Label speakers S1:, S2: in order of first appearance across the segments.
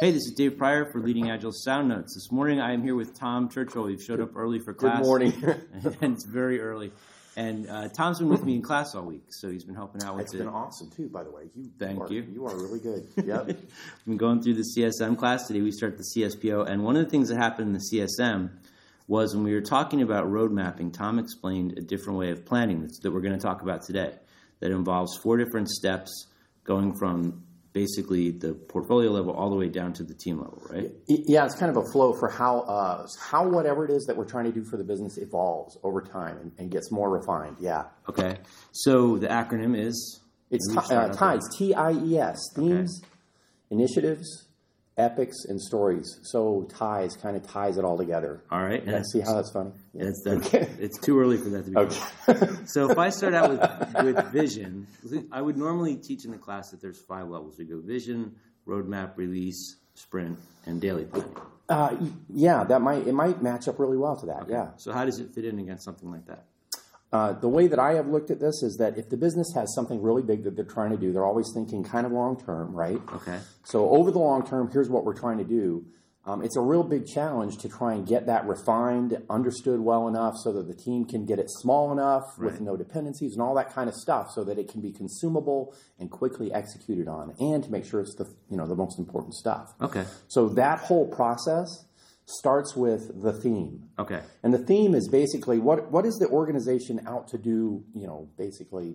S1: Hey, this is Dave Pryor for Leading Agile Sound Notes. This morning I am here with Tom Churchill. He showed up early for class.
S2: Good morning.
S1: and it's very early. And uh, Tom's been with me in class all week, so he's been helping out with
S2: It's
S1: it.
S2: been awesome too, by the way. You
S1: Thank
S2: are,
S1: you.
S2: You are really good. Yep.
S1: I've been going through the CSM class today. We start the CSPO, and one of the things that happened in the CSM was when we were talking about road mapping. Tom explained a different way of planning that's, that we're going to talk about today. That involves four different steps, going from basically the portfolio level all the way down to the team level, right?
S2: Y- yeah, it's kind of a flow for how uh, how whatever it is that we're trying to do for the business evolves over time and, and gets more refined. Yeah.
S1: Okay. So the acronym is
S2: It's
S1: Let
S2: ti
S1: me start
S2: uh,
S1: up
S2: ties, T I E S, themes, initiatives, epics, and stories. So ties kind of ties it all together.
S1: all right. And
S2: See how that's funny? Yeah.
S1: It's, that's, it's too early for that to be. So if I start out with, with vision, I would normally teach in the class that there's five levels. We go vision, roadmap, release, sprint, and daily planning.
S2: Uh, y- yeah, that might it might match up really well to that. Yeah.
S1: So how does it fit in against something like that?
S2: Uh, the way that I have looked at this is that if the business has something really big that they're trying to do, they're always thinking kind of long term, right?
S1: Okay.
S2: So over the long term, here's what we're trying to do. Um, it's a real big challenge to try and get that refined, understood well enough, so that the team can get it small enough with no dependencies and all that kind of stuff, so that it can be consumable and quickly executed on, and to make sure it's the you know the most important stuff.
S1: Okay.
S2: So that whole process starts with the theme.
S1: Okay.
S2: And the theme is basically what what is the organization out to do? You know, basically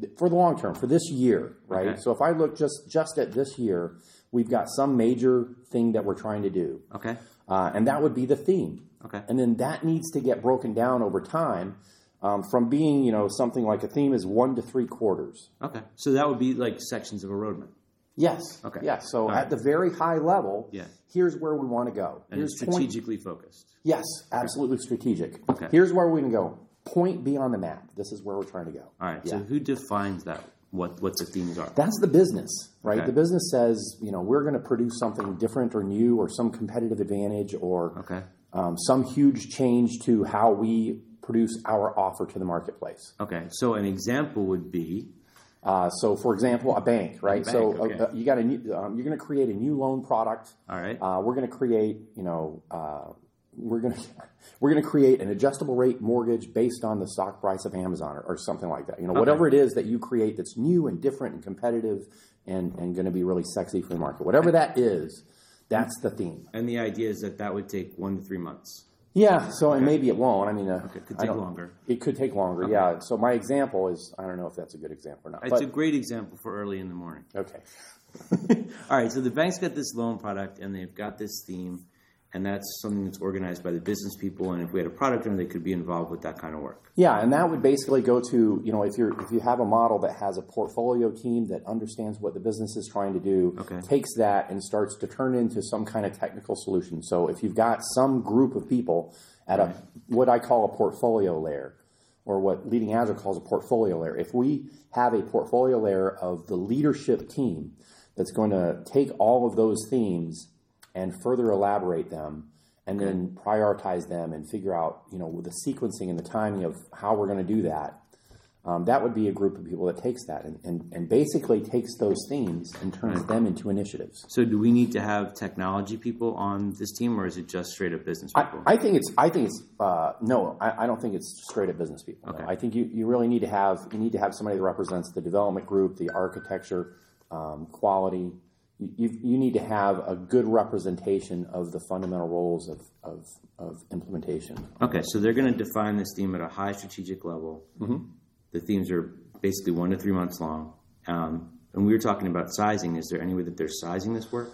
S2: th- for the long term, for this year, right?
S1: Okay.
S2: So if I look just just at this year, we've got some major thing that we're trying to do,
S1: Okay.
S2: uh, and that would be the theme.
S1: Okay.
S2: And then that needs to get broken down over time, um, from being you know something like a theme is one to three quarters.
S1: Okay. So that would be like sections of a roadmap.
S2: Yes.
S1: Okay.
S2: Yes. So
S1: All
S2: at the very high level,
S1: Yeah.
S2: here's where we want to go.
S1: And it's
S2: here's point
S1: strategically focused.
S2: Yes, absolutely strategic.
S1: Okay.
S2: Here's where we can go. Point B on the map. This is where we're trying to go.
S1: All right. So who defines that? What what the themes are?
S2: That's the business, right?
S1: Okay.
S2: The business says, you know, we're going to produce something different or new or some competitive advantage or
S1: Okay.
S2: um, some huge change to how we produce our offer to the marketplace.
S1: Okay. So an example would be
S2: Uh, so, for example, a bank, right? so,
S1: bank,
S2: uh,
S1: okay.
S2: uh, you got a new, um, you're going to create a new loan product.
S1: all right.
S2: Uh, we're going to create, you know, uh, we're going to we're going to create an adjustable rate mortgage based on the stock price of Amazon or, or something like that. You know, whatever it is that you create that's new and different and competitive and and going to be really sexy for the market. Whatever that is, that's the theme.
S1: and the idea is that that would take one to three months.
S2: Yeah. So and maybe it won't. I mean, uh,
S1: It could
S2: I
S1: take
S2: don't-
S1: longer.
S2: It could take longer. Yeah. So my example is I don't know if that's a good example or not.
S1: It's
S2: But,
S1: a great example for early in the morning.
S2: okay.
S1: All right, so the bank's got this loan product and they've got this theme, and that's something that's organized by the business people. And if we had a product owner, they could be involved with that kind of work.
S2: Yeah, and that would basically go to you know if you're if you have a model that has a portfolio team that understands what the business is trying to do,
S1: Okay.
S2: takes that and starts to turn into some kind of technical solution. So if you've got some group of people at a what I call a portfolio layer, or what Leading Agile calls a portfolio layer, if we have a portfolio layer of the leadership team that's going to take all of those themes and further elaborate them and then prioritize them and figure out you know the sequencing and the timing of how we're going to do that um, that would be a group of people that takes that and, and, and basically takes those themes and turns them into initiatives
S1: So, do we need to have technology people on this team, or is it just straight up business people?
S2: I think it's. I think it's. Uh, no, I, I don't think it's straight up business people. no. I think you, you really need to have you need to have somebody that represents the development group, the architecture, um, quality. You, you, you need to have a good representation of the fundamental roles of, of, of implementation.
S1: okay, so they're going to define this theme at a high strategic level.
S2: Mm-hmm.
S1: The themes are basically one to three months long. Um, and we were talking about sizing. Is there any way that they're sizing this work?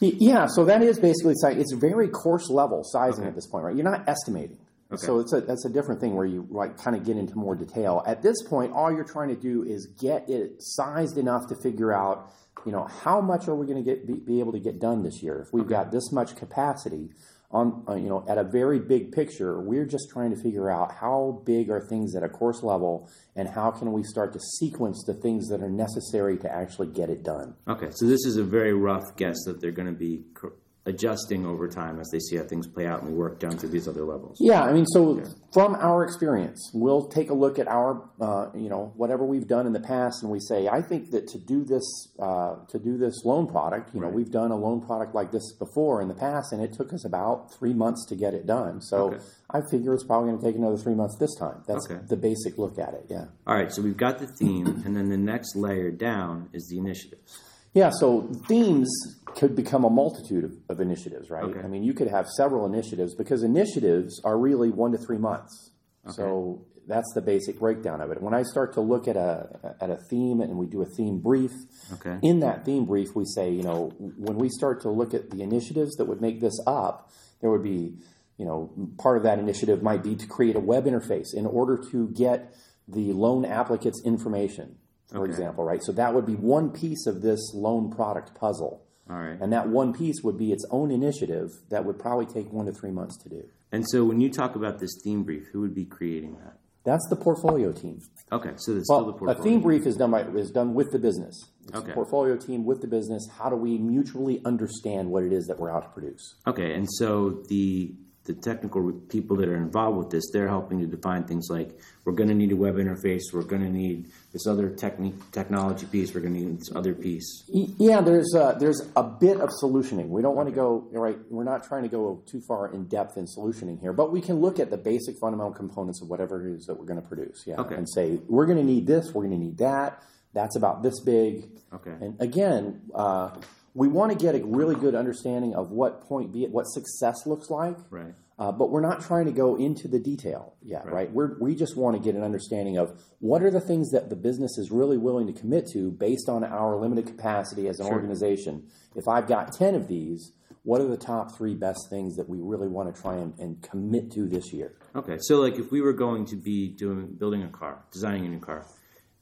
S2: Y- Yeah, so that is basically si- it's very coarse level sizing at this point, right? You're not estimating. So it's a that's a different thing where you like kind of get into more detail. At this point, all you're trying to do is get it sized enough to figure out, you know, how much are we going to get be, be able to get done this year? If we've got this much capacity on uh, you know, at a very big picture, we're just trying to figure out how big are things at a course level and how can we start to sequence the things that are necessary to actually get it done.
S1: Okay, so this is a very rough guess that they're going to be cor- adjusting over time as they see how things play out and we work down to these other levels.
S2: Yeah, I mean, so from our experience, we'll take a look at our, uh, you know, whatever we've done in the past, and we say, I think that to do this, uh, to do this loan product, you know, we've done a loan product like this before in the past, and it took us about three months to get it done. So
S1: Okay.
S2: I figure it's probably going to take another three months this time. That's
S1: Okay.
S2: the basic look at it. Yeah.
S1: All right, so we've got the theme, and then the next layer down is the initiatives.
S2: Yeah, so themes could become a multitude of, of initiatives, right?
S1: Okay.
S2: I mean, you could have several initiatives because initiatives are really one to three months. So that's the basic breakdown of it. When I start to look at a at a theme and we do a theme brief,
S1: Okay.
S2: in that theme brief we say, you know, when we start to look at the initiatives that would make this up, there would be, you know, part of that initiative might be to create a web interface in order to get the loan applicant's information, for example, right? So that would be one piece of this loan product puzzle.
S1: All right.
S2: And that one piece would be its own initiative that would probably take one to three months to do.
S1: And so when you talk about this theme brief, who would be creating that?
S2: That's the portfolio team.
S1: Okay, so that's still the
S2: Well, a
S1: portfolio.
S2: theme brief is done by is done with the business. It's
S1: Okay.
S2: the portfolio team with the business. How do we mutually understand what it is that we're out to produce?
S1: Okay, and so the the technical people that are involved with this, they're helping to define things like we're going to need a web interface, we're going to need this other techni- technology piece, we're going to need this other piece.
S2: Y- Yeah, there's a, there's a bit of solutioning. We don't want to go right. We're not trying to go too far in depth in solutioning here, but we can look at the basic fundamental components of whatever it is that we're going to produce. Yeah,
S1: Okay.
S2: and say we're going to need this. We're going to need that. That's about this big.
S1: Okay.
S2: And again, uh, we want to get a really good understanding of what point B, what success looks like.
S1: Right.
S2: Uh, but we're not trying to go into the detail yet, right? We're, we just want to get an understanding of what are the things that the business is really willing to commit to based on our limited capacity as an organization. If I've got 10 of these, what are the top three best things that we really want to try and, and commit to this year?
S1: Okay, so like if we were going to be doing building a car, designing a new car,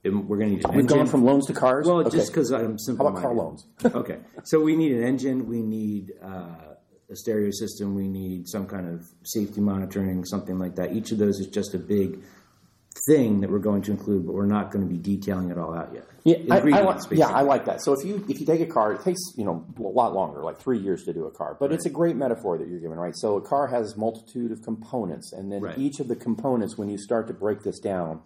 S1: and we're going to need an
S2: We've
S1: engine.
S2: gone from loans to cars.
S1: well,
S2: Okay.
S1: just because I'm
S2: How
S1: simple.
S2: about car loans?
S1: okay, so we need an engine, we need uh, a stereo system, we need some kind of safety monitoring, something like that. Each of those is just a big thing that we're going to include, but we're not going to be detailing it all out yet.
S2: Yeah, I, I like,
S1: Ingredients,
S2: yeah,
S1: basically.
S2: I like that. So if you if you take a car, it takes you know a lot longer, like three years to do a car, but it's a great metaphor that you're giving, right? So a car has multitude of components, and then
S1: Right.
S2: each of the components, when you start to break this down,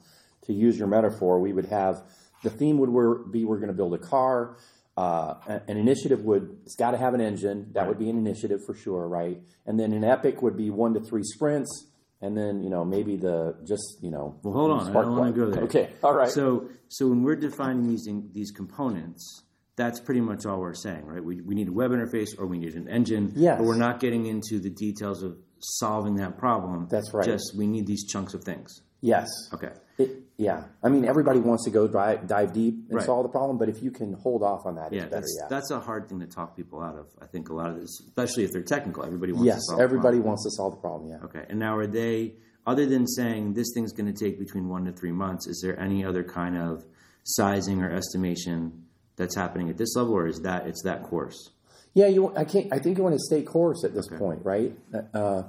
S2: to use your metaphor, we would have the theme would were, be we're going to build a car. Uh, a- an initiative would it's got to have an engine. That would be an initiative for sure, right? And then an epic would be one to three sprints, and then you know maybe the just you know.
S1: Well, hold on, I
S2: spark
S1: don't want to
S2: plug.
S1: go there.
S2: Okay, all right.
S1: So, so when we're defining these in, these components, that's pretty much all we're saying, right? We, we need a web interface or we need an engine.
S2: Yes.
S1: But we're not getting into the details of solving that problem.
S2: That's right.
S1: Just we need these chunks of things.
S2: yes.
S1: Okay.
S2: It, yeah, I mean, everybody wants to go dive, dive deep and
S1: Right.
S2: solve the problem, but if you can hold off on that,
S1: Yeah,
S2: it's better.
S1: that's
S2: yeah.
S1: that's a hard thing to talk people out of. I think a lot of this, especially if they're technical, everybody wants
S2: yes,
S1: to solve. a
S2: everybody wants to solve the problem. Yeah.
S1: problem. Okay, and now are they? Other than saying this thing's going to take between one to three months, is there any other kind of sizing or estimation that's happening at this level, or is that it's that course?
S2: Yeah, you. I can't. I think you want to stay course at this point, right? Uh,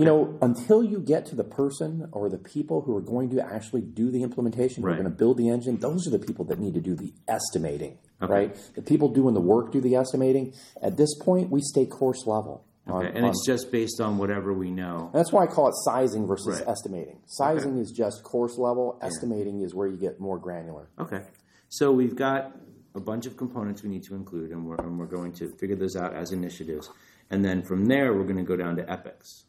S2: You know, until you get to the person or the people who are going to actually do the implementation, who are
S1: Right.
S2: going to build the engine, those are the people that need to do the estimating, right? The people doing the work do the estimating. At this point, we stay course level. on-
S1: Okay, and
S2: on
S1: it's just based on whatever we know.
S2: That's why I call it sizing versus
S1: Right.
S2: estimating. Sizing is just course level. Estimating is where you get more granular.
S1: Okay, so we've got a bunch of components we need to include, and we're and we're going to figure those out as initiatives, and then from there we're going to go down to epics.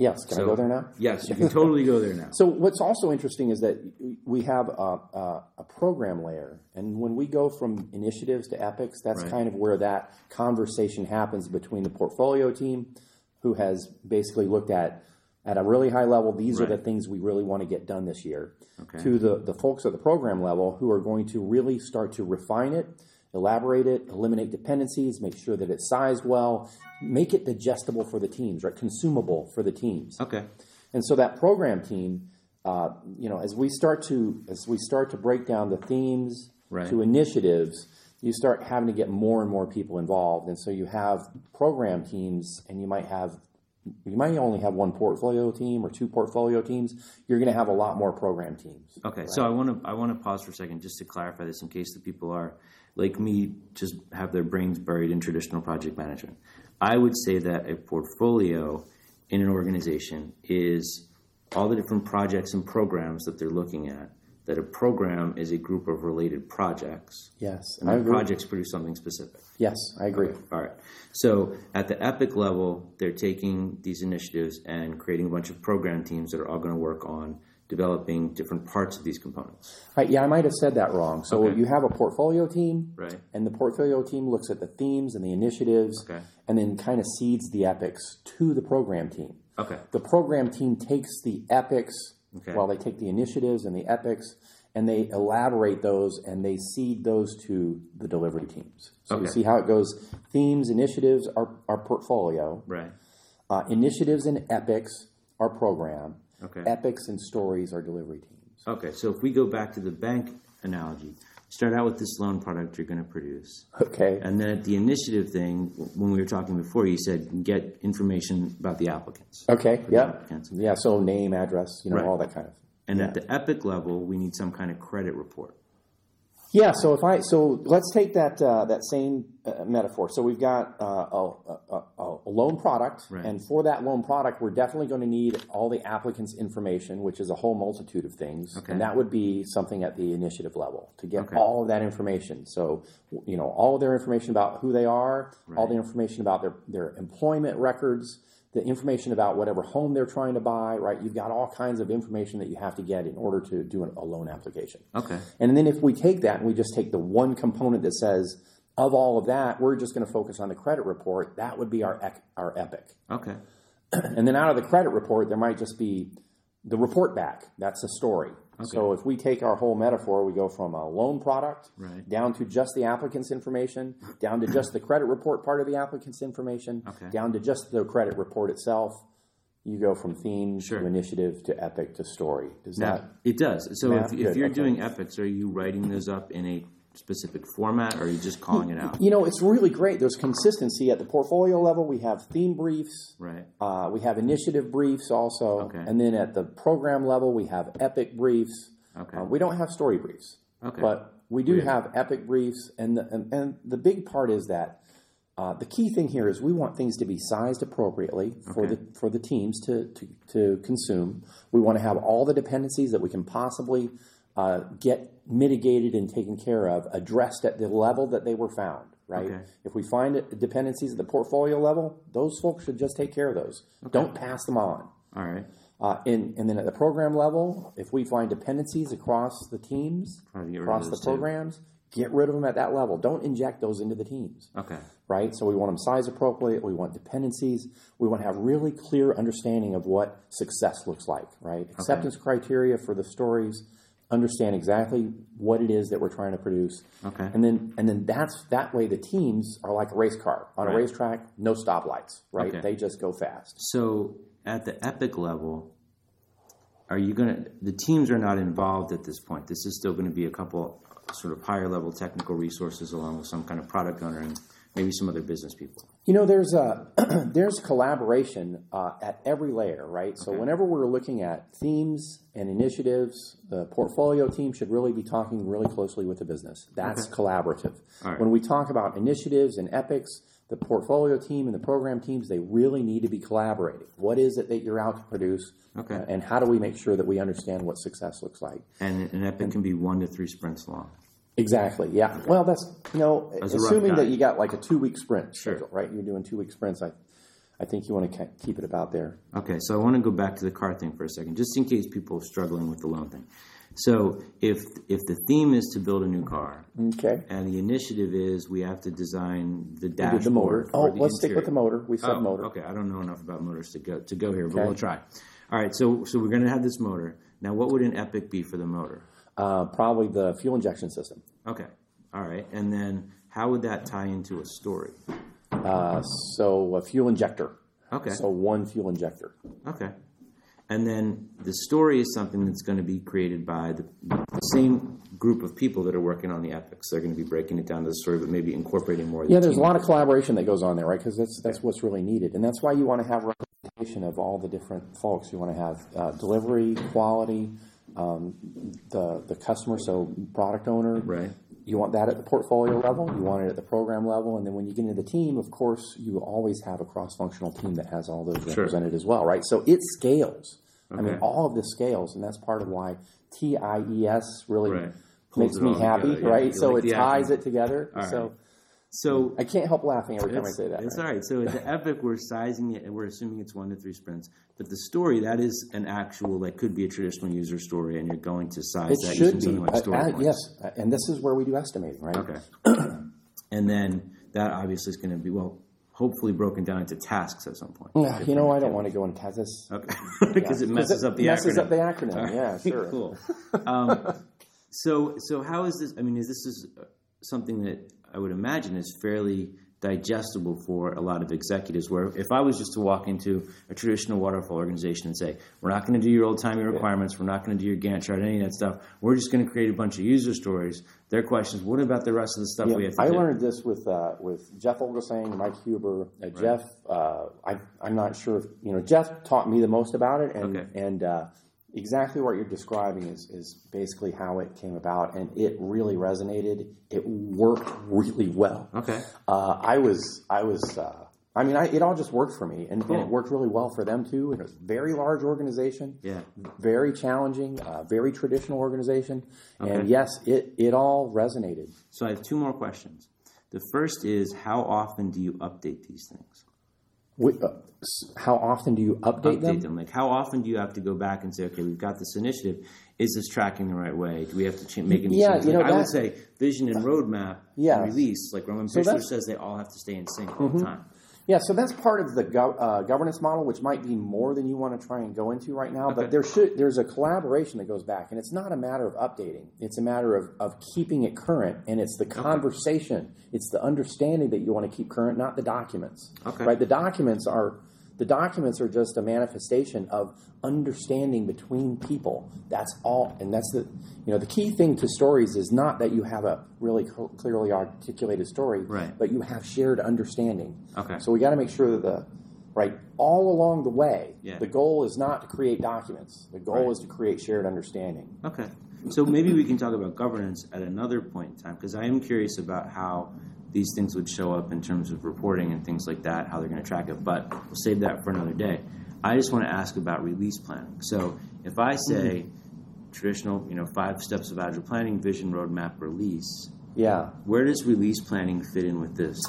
S2: Yes, can I go there now?
S1: Yes, you can totally go there now.
S2: So what's also interesting is that we have a, a, a program layer, and when we go from initiatives to epics, that's
S1: Right.
S2: kind of where that conversation happens between the portfolio team, who has basically looked at at a really high level these are the
S1: Right.
S2: things we really want to get done this year, to the the folks at the program level who are going to really start to refine it. Elaborate it, eliminate dependencies, make sure that it's sized well, make it digestible for the teams, right? Consumable for the teams.
S1: Okay.
S2: And so that program team, uh, you know, as we start to as we start to break down the themes
S1: Right.
S2: to initiatives, you start having to get more and more people involved. And so you have program teams, and you might have you might only have one portfolio team or two portfolio teams. You're going to have a lot more program teams.
S1: Okay, so I want to I want to pause for a second just to clarify this in case the people are like me just have their brains buried in traditional project management. I would say that a portfolio in an organization is all the different projects and programs that they're looking at. That a program is a group of related projects,
S2: Yes,
S1: and
S2: I
S1: the
S2: agree.
S1: projects produce something specific.
S2: Yes, I agree.
S1: All right. So at the Epic level, they're taking these initiatives and creating a bunch of program teams that are all going to work on developing different parts of these components.
S2: Right, yeah, I might have said that wrong. So
S1: Okay.
S2: you have a portfolio team,
S1: Right.
S2: and the portfolio team looks at the themes and the initiatives,
S1: Okay.
S2: and then kind of seeds the epics to the program team.
S1: Okay.
S2: The program team takes the epics,
S1: Okay.
S2: well, they take the initiatives and the epics, and they elaborate those and they seed those to the delivery teams. So you
S1: Okay.
S2: see how it goes. Themes, initiatives are our portfolio.
S1: Right.
S2: Uh, initiatives and epics are program.
S1: Okay.
S2: Epics and stories are delivery teams.
S1: Okay. So if we go back to the bank analogy, start out with this loan product you're going to produce.
S2: Okay.
S1: And then at the initiative thing, when we were talking before, you said get information about the applicants.
S2: Okay. Yeah.
S1: applicants.
S2: Yeah. So name, address, you know,
S1: Right.
S2: all that kind of.
S1: And at the Epic level, we need some kind of credit report.
S2: Yeah. So if I so let's take that uh, that same uh, metaphor. So we've got uh, a, a, a- a loan product,
S1: Right.
S2: and for that loan product, we're definitely going to need all the applicant's information, which is a whole multitude of things, and that would be something at the initiative level to get all of that information. So you know all of their information about who they are, all the information about their their employment records. The information about whatever home they're trying to buy, right? You've got all kinds of information that you have to get in order to do an- a loan application.
S1: Okay.
S2: And then if we take that and we just take the one component that says, of all of that, we're just going to focus on the credit report, that would be our, ec- our epic.
S1: Okay.
S2: And then out of the credit report, there might just be the report back. That's the story. So if we take our whole metaphor, we go from a loan product
S1: Right.
S2: down to just the applicant's information, down to just the credit report part of the applicant's information,
S1: Okay.
S2: down to just the credit report itself. You go from theme
S1: Sure.
S2: to initiative to epic to story. Does
S1: Now,
S2: that
S1: it does. So if,
S2: Math?
S1: if
S2: Good,
S1: you're
S2: okay.
S1: doing epics, are you writing those up in a specific format or are you just calling it out?
S2: You know, it's really great. There's consistency at the portfolio level. We have theme briefs.
S1: Right.
S2: Uh, we have initiative briefs also.
S1: Okay.
S2: And then at the program level, we have epic briefs.
S1: Okay.
S2: Uh, we don't have story briefs.
S1: Okay.
S2: But we do have epic briefs. And the, and, and the big part is that uh, the key thing here is we want things to be sized appropriately for
S1: Okay.
S2: the for the teams to, to, to consume. We want to have all the dependencies that we can possibly uh, get mitigated and taken care of, addressed at the level that they were found. Right.
S1: Okay.
S2: If we find it- dependencies at the portfolio level, those folks should just take care of those. Don't pass them on.
S1: All right.
S2: Uh, and, and then at the program level, if we find dependencies across the teams,
S1: Try to get rid of
S2: across the
S1: those too.
S2: programs, get rid of them at that level. Don't inject those into the teams,
S1: Okay.
S2: right? So we want them size appropriate. We want dependencies. We want to have really clear understanding of what success looks like, right? Acceptance criteria for the stories. Understand exactly what it is that we're trying to produce,
S1: Okay.
S2: and then and then that's that way the teams are like a race car on a
S1: Right.
S2: racetrack, no stoplights, right?
S1: Okay.
S2: They just go fast.
S1: So at the epic level, are you going to, the teams are not involved at this point. This is still going to be a couple sort of higher level technical resources along with some kind of product owner and maybe some other business people.
S2: You know, there's a there's collaboration uh, at every layer, right? So whenever we're looking at themes and initiatives, the portfolio team should really be talking really closely with the business. That's collaborative.
S1: right.
S2: When we talk about initiatives and epics, the portfolio team and the program teams they really need to be collaborating. What is it that you're out to produce,
S1: Okay.
S2: uh, and how do we make sure that we understand what success looks like?
S1: And an epic can be one to three sprints long.
S2: Exactly. Yeah. Well, that's you know,
S1: a rough
S2: assuming that
S1: guide.
S2: you got like a two week sprint schedule, right? You're doing two week sprints. I, I think you want to ke- keep it about there.
S1: Okay, so I want to go back to the car thing for a second, just in case people are struggling with the loan thing. So if if the theme is to build a new car,
S2: Okay.
S1: and the initiative is we have to design the dashboard,
S2: With the motor. Oh,
S1: or the
S2: let's stick with the
S1: interior.
S2: motor. We said
S1: Oh,
S2: motor.
S1: Okay, I don't know enough about motors to go to go here, but
S2: Okay.
S1: we'll try. All right, so so we're going to have this motor. Now, what would an epic be for the motor?
S2: Uh, probably the fuel injection system.
S1: Okay, all right, and then how would that tie into a story?
S2: Uh, so a fuel injector.
S1: Okay,
S2: So one fuel injector.
S1: Okay. And then the story is something that's going to be created by the, the same group of people that are working on the epics. They're going to be breaking it down to the story, but maybe incorporating more. Of the
S2: Yeah, there's a
S1: team.
S2: lot of collaboration that goes on there, right? Because that's that's what's really needed, and that's why you want to have representation of all the different folks. You want to have uh, delivery, quality, um, the the customer, so product owner,
S1: Right.
S2: You want that at the portfolio level, you want it at the program level, and then when you get into the team, of course, you always have a cross functional team that has all those represented as well, right? So it scales. I mean,
S1: Okay.
S2: all of this scales, and that's part of why TIES really
S1: Right.
S3: Pulls
S2: makes
S3: it
S2: me
S3: all
S2: happy,
S3: together, yeah.
S2: right?
S3: You
S2: So
S3: like
S2: it
S3: the
S2: ties
S3: acronym.
S2: it together.
S1: right.
S2: So
S1: So
S2: I can't help laughing every time I
S1: It's-
S2: say that.
S1: It's
S2: right?
S1: all right. So at the epic, we're sizing it and we're assuming it's one to three sprints. But the story that is an actual that could be a traditional user story, and you're going to size
S2: It
S1: that
S2: should
S1: using
S2: be.
S1: something like
S2: Uh,
S1: story
S2: uh,
S1: points.
S2: yes, Uh, and this is where we do estimating, right?
S1: Okay. and then that obviously is going to be well, hopefully broken down into tasks at some point.
S2: Yeah, you know, I don't want to go into this.
S1: Okay, because it messes up the acronym.
S2: messes up the acronym. Yeah, sure.
S1: cool. Um, so, so how is this? I mean, is this is something that I would imagine is fairly digestible for a lot of executives. Where if I was just to walk into a traditional waterfall organization and say, "We're not going to do your old timey requirements. We're not going to do your Gantt chart, any of that stuff. We're just going to create a bunch of user stories." Their questions: What about the rest of the stuff we have to
S2: I
S1: do?
S2: learned this with uh, with Jeff Olgesang, Mike Huber, uh, Jeff. Uh, I I'm not sure if you know. Jeff taught me the most about it, and
S1: Okay.
S2: and uh, exactly what you're describing is is basically how it came about, and it really resonated. It worked really well.
S1: Okay.
S2: Uh, I was I was. Uh, I mean, I, it all just worked for me, and, and it worked really well for them too. And it was a very large organization,
S1: Yeah.
S2: very challenging, uh, very traditional organization, and yes, it it all resonated.
S1: So I have two more questions. The first is how often do you update these things?
S2: Wait, uh, s- how often do you update,
S1: update
S2: them?
S1: them? Like, how often do you have to go back and say, okay, we've got this initiative. Is this tracking the right way? Do we have to ch- make any
S2: Yeah,
S1: changes?
S2: you know,
S1: Like, I would
S2: that-
S1: say vision and roadmap
S2: Yeah.
S1: and release, like Roman
S2: So
S1: Pichler
S2: that's- Mm-hmm.
S1: says, they all have to stay in sync all the time.
S2: Yeah, so that's part of the gov- uh, governance model, which might be more than you want to try and go into right now.
S1: Okay.
S2: But there should there's a collaboration that goes back, and it's not a matter of updating; it's a matter of, of keeping it current, and it's the conversation, it's the understanding that you want to keep current, not the documents.
S1: Okay.
S2: Right? The documents are the documents are just a manifestation of understanding between people. That's all, and that's the you know the key thing to stories is not that you have a really cl- clearly articulated story,
S1: Right.
S2: but you have shared understanding.
S1: Okay.
S2: So we got to make sure that the right all along the way,
S1: Yeah.
S2: the goal is not to create documents. The goal
S1: Right.
S2: is to create shared understanding.
S1: Okay. So maybe we can talk about governance at another point in time, because I am curious about how these things would show up in terms of reporting and things like that, how they're going to track it, but we'll save that for another day. I just want to ask about release planning. So if I
S2: Mm-hmm.
S1: say traditional, you know, five steps of agile planning, vision, roadmap, release,
S2: Yeah.
S1: where does release planning fit in with this?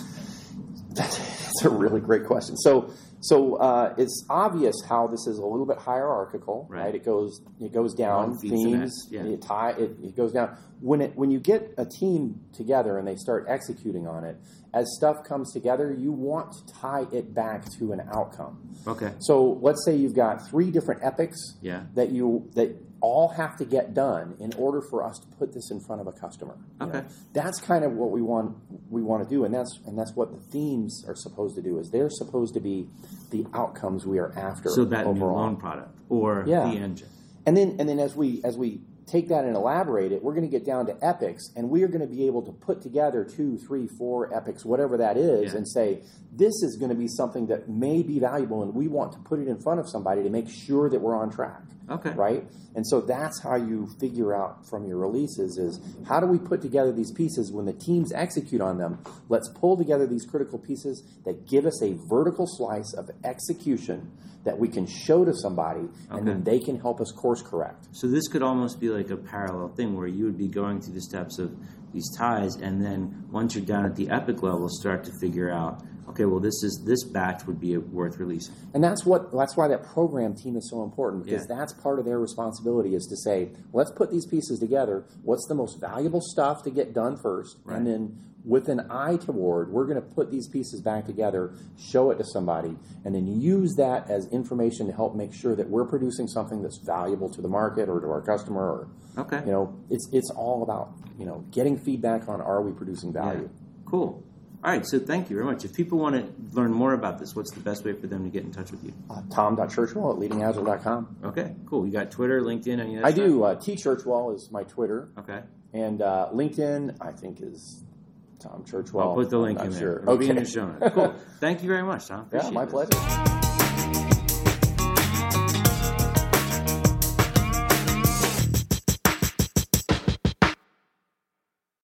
S2: That's, that's a really great question. So, so uh, it's obvious how this is a little bit hierarchical,
S1: Right.
S2: right? It goes it goes down
S1: One feeds the
S2: themes,
S1: next, yeah.
S2: it tie it, it goes down. When it when you get a team together and they start executing on it, as stuff comes together, you want to tie it back to an outcome.
S1: Okay.
S2: So let's say you've got three different epics
S1: Yeah.
S2: that you that all have to get done in order for us to put this in front of a customer. you know?
S1: Okay.
S2: That's kind of what we want we want to do and that's and that's what the themes are supposed to do is they're supposed to be the outcomes we are after
S1: So that new
S2: overall.
S1: loan product or
S2: Yeah.
S1: the engine.
S2: And then and then as we as we take that and elaborate it, we're going to get down to epics, and we are going to be able to put together two, three, four epics, whatever that is,
S1: Yeah.
S2: and say this is going to be something that may be valuable, and we want to put it in front of somebody to make sure that we're on track.
S1: Okay.
S2: Right. And so that's how you figure out from your releases is how do we put together these pieces when the teams execute on them? Let's pull together these critical pieces that give us a vertical slice of execution that we can show to somebody, and then they can help us course correct.
S1: So this could almost be like a parallel thing where you would be going through the steps of these ties, and then once you're down at the epic level, start to figure out, okay, well, this is this batch would be worth releasing.
S2: And that's what that's why that program team is so important because
S1: Yeah.
S2: that's part of their responsibility is to say, let's put these pieces together. What's the most valuable stuff to get done first,
S1: Right.
S2: and then with an eye toward, we're going to put these pieces back together, show it to somebody, and then use that as information to help make sure that we're producing something that's valuable to the market or to our customer. Or
S1: Okay.
S2: you know, it's it's all about you know getting feedback on are we producing value.
S1: Cool. All right. So thank you very much. If people want to learn more about this, what's the best way for them to get in touch with you?
S2: Uh, Tom.Churchwell at leadingagile.com.
S1: Okay. Cool. You got Twitter, LinkedIn, any of that
S2: I
S1: stuff?
S2: do. Uh, T Churchwell is my Twitter.
S1: Okay.
S2: And uh, LinkedIn, I think, is Tom Churchwell.
S1: I'll put the link
S2: Oh, I'm
S1: in
S2: not
S1: there.
S2: Sure.
S1: It'll be in
S2: Okay.
S1: the show notes. Cool. Thank you very much, Tom.
S2: Yeah,
S1: Appreciate
S2: my
S1: this.
S2: pleasure.